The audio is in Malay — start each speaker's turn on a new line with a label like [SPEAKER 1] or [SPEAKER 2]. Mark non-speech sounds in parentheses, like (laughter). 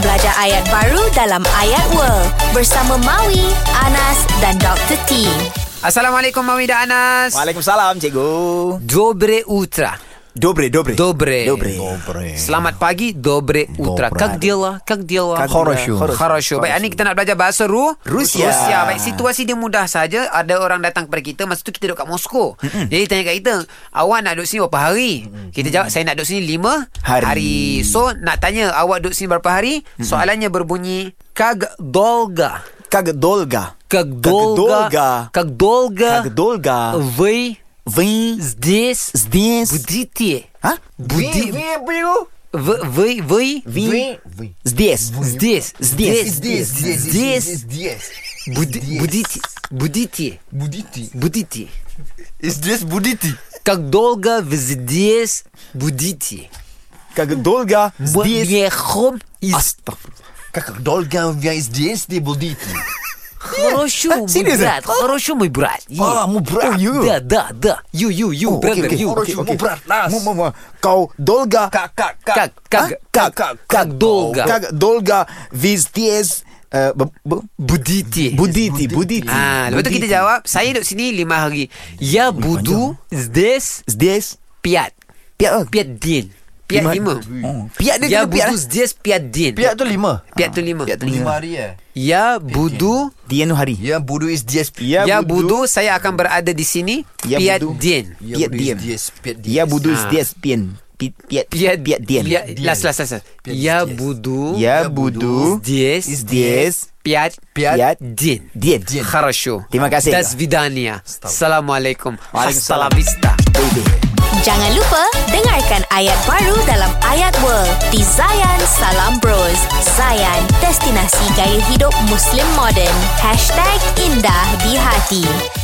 [SPEAKER 1] Ada ayat baru dalam Ayat World bersama Maui, Anas dan Dr. T.
[SPEAKER 2] Assalamualaikum Mami dan Anas.
[SPEAKER 3] Waalaikumsalam, cikgu.
[SPEAKER 2] Dobre utra.
[SPEAKER 3] Dobre, dobre.
[SPEAKER 2] Dobre. Eh.
[SPEAKER 3] Dobre.
[SPEAKER 2] Selamat pagi, dobre утро.
[SPEAKER 3] Доброе.
[SPEAKER 2] Как дела? Как дела?
[SPEAKER 3] Как Хорошо. дела?
[SPEAKER 2] Хорошо. lah. Baik, hari ni kita nak belajar bahasa Ru
[SPEAKER 3] Rusia.
[SPEAKER 2] Rusia. Baik, situasi dia mudah saja. Ada orang datang kepada kita. Masa tu kita duduk kat Moskow. Mm-mm. Jadi tanya kat kita, awak nak duduk sini berapa hari? Mm-mm. Kita jawab, saya nak duduk sini lima
[SPEAKER 3] Hari.
[SPEAKER 2] So, nak tanya awak duduk sini berapa hari? Mm-mm. Soalannya berbunyi, как долго?
[SPEAKER 3] Как долго?
[SPEAKER 2] Как долго?
[SPEAKER 3] долго?
[SPEAKER 2] Как долго?
[SPEAKER 3] Как долго?
[SPEAKER 2] Вы
[SPEAKER 3] Вы
[SPEAKER 2] здесь?
[SPEAKER 3] здесь?
[SPEAKER 2] Будете?
[SPEAKER 3] А?
[SPEAKER 2] Буди... Вы, вы, вы,
[SPEAKER 3] Вы здесь?
[SPEAKER 2] здесь, здесь,
[SPEAKER 4] Здесь, здесь, здесь,
[SPEAKER 2] здесь,
[SPEAKER 4] здесь.
[SPEAKER 2] буди- будите, будите,
[SPEAKER 4] Будите.
[SPEAKER 2] будите.
[SPEAKER 4] Здесь будите.
[SPEAKER 2] Как долго вы здесь будете?
[SPEAKER 3] Как долго здесь?
[SPEAKER 2] Мехом
[SPEAKER 4] А,
[SPEAKER 2] из...
[SPEAKER 4] Как долго я здесь не будите?
[SPEAKER 2] (laughs) Хорошо, мой
[SPEAKER 3] серьезно?
[SPEAKER 2] брат, хорошо, мой брат. Е.
[SPEAKER 4] А, мой брат.
[SPEAKER 3] Oh, you.
[SPEAKER 2] Да, да, да. You, you, you,
[SPEAKER 3] Oh, okay,
[SPEAKER 2] brother,
[SPEAKER 3] okay,
[SPEAKER 2] you.
[SPEAKER 3] okay,
[SPEAKER 4] Хорошо,
[SPEAKER 3] okay.
[SPEAKER 4] ну, брат, нас.
[SPEAKER 3] М- м- м. Кау долго?
[SPEAKER 4] Как, как,
[SPEAKER 2] Как, как,
[SPEAKER 3] как,
[SPEAKER 4] как,
[SPEAKER 2] как долго
[SPEAKER 3] Как долго вы здесь? э, б- б-
[SPEAKER 2] будете?
[SPEAKER 3] Будете, будете.
[SPEAKER 2] А, Ah, lepas tu kita
[SPEAKER 3] Будете.
[SPEAKER 2] jawab, saya duduk sini lima hari. Я буду здесь
[SPEAKER 3] Здесь?
[SPEAKER 2] пять.
[SPEAKER 3] Пять.
[SPEAKER 2] Пять день. Пять лima.
[SPEAKER 3] О, Пять, да,
[SPEAKER 2] Я
[SPEAKER 3] пять,
[SPEAKER 2] буду
[SPEAKER 3] да.
[SPEAKER 2] здесь пять день.
[SPEAKER 4] Пять то лима.
[SPEAKER 2] Пять tu lima. Ya,
[SPEAKER 4] Лима Ария.
[SPEAKER 2] Я
[SPEAKER 3] Ya
[SPEAKER 2] буду,
[SPEAKER 3] День hari.
[SPEAKER 4] Я буду здесь.
[SPEAKER 3] Ya
[SPEAKER 2] я буду, Ya saya akan berada di sini
[SPEAKER 3] Я
[SPEAKER 2] пять
[SPEAKER 3] буду.
[SPEAKER 2] день.
[SPEAKER 3] пять
[SPEAKER 4] буду
[SPEAKER 3] день.
[SPEAKER 4] здесь. Пять
[SPEAKER 2] Ya
[SPEAKER 4] день.
[SPEAKER 3] Я буду
[SPEAKER 2] А.
[SPEAKER 3] здесь пен. Пи- пе-
[SPEAKER 2] Пять
[SPEAKER 3] пе- день.
[SPEAKER 2] Я,
[SPEAKER 4] День.
[SPEAKER 2] last, last, last. Ya last.
[SPEAKER 4] Пять
[SPEAKER 2] Я
[SPEAKER 4] здесь.
[SPEAKER 2] буду
[SPEAKER 3] Я буду
[SPEAKER 2] здесь,
[SPEAKER 3] здесь
[SPEAKER 2] пять,
[SPEAKER 3] пять
[SPEAKER 2] день.
[SPEAKER 3] день.
[SPEAKER 2] Хорошо.
[SPEAKER 3] Terima kasih.
[SPEAKER 2] До свидания. Assalamualaikum. Hasta la
[SPEAKER 3] Waalaikumsalam.
[SPEAKER 2] vista.
[SPEAKER 3] Baby.
[SPEAKER 1] Jangan lupa dengarkan ayat baru dalam Ayat World di Zayan Salam Bros. Zayan, destinasi gaya hidup Muslim modern. #IndahDiHati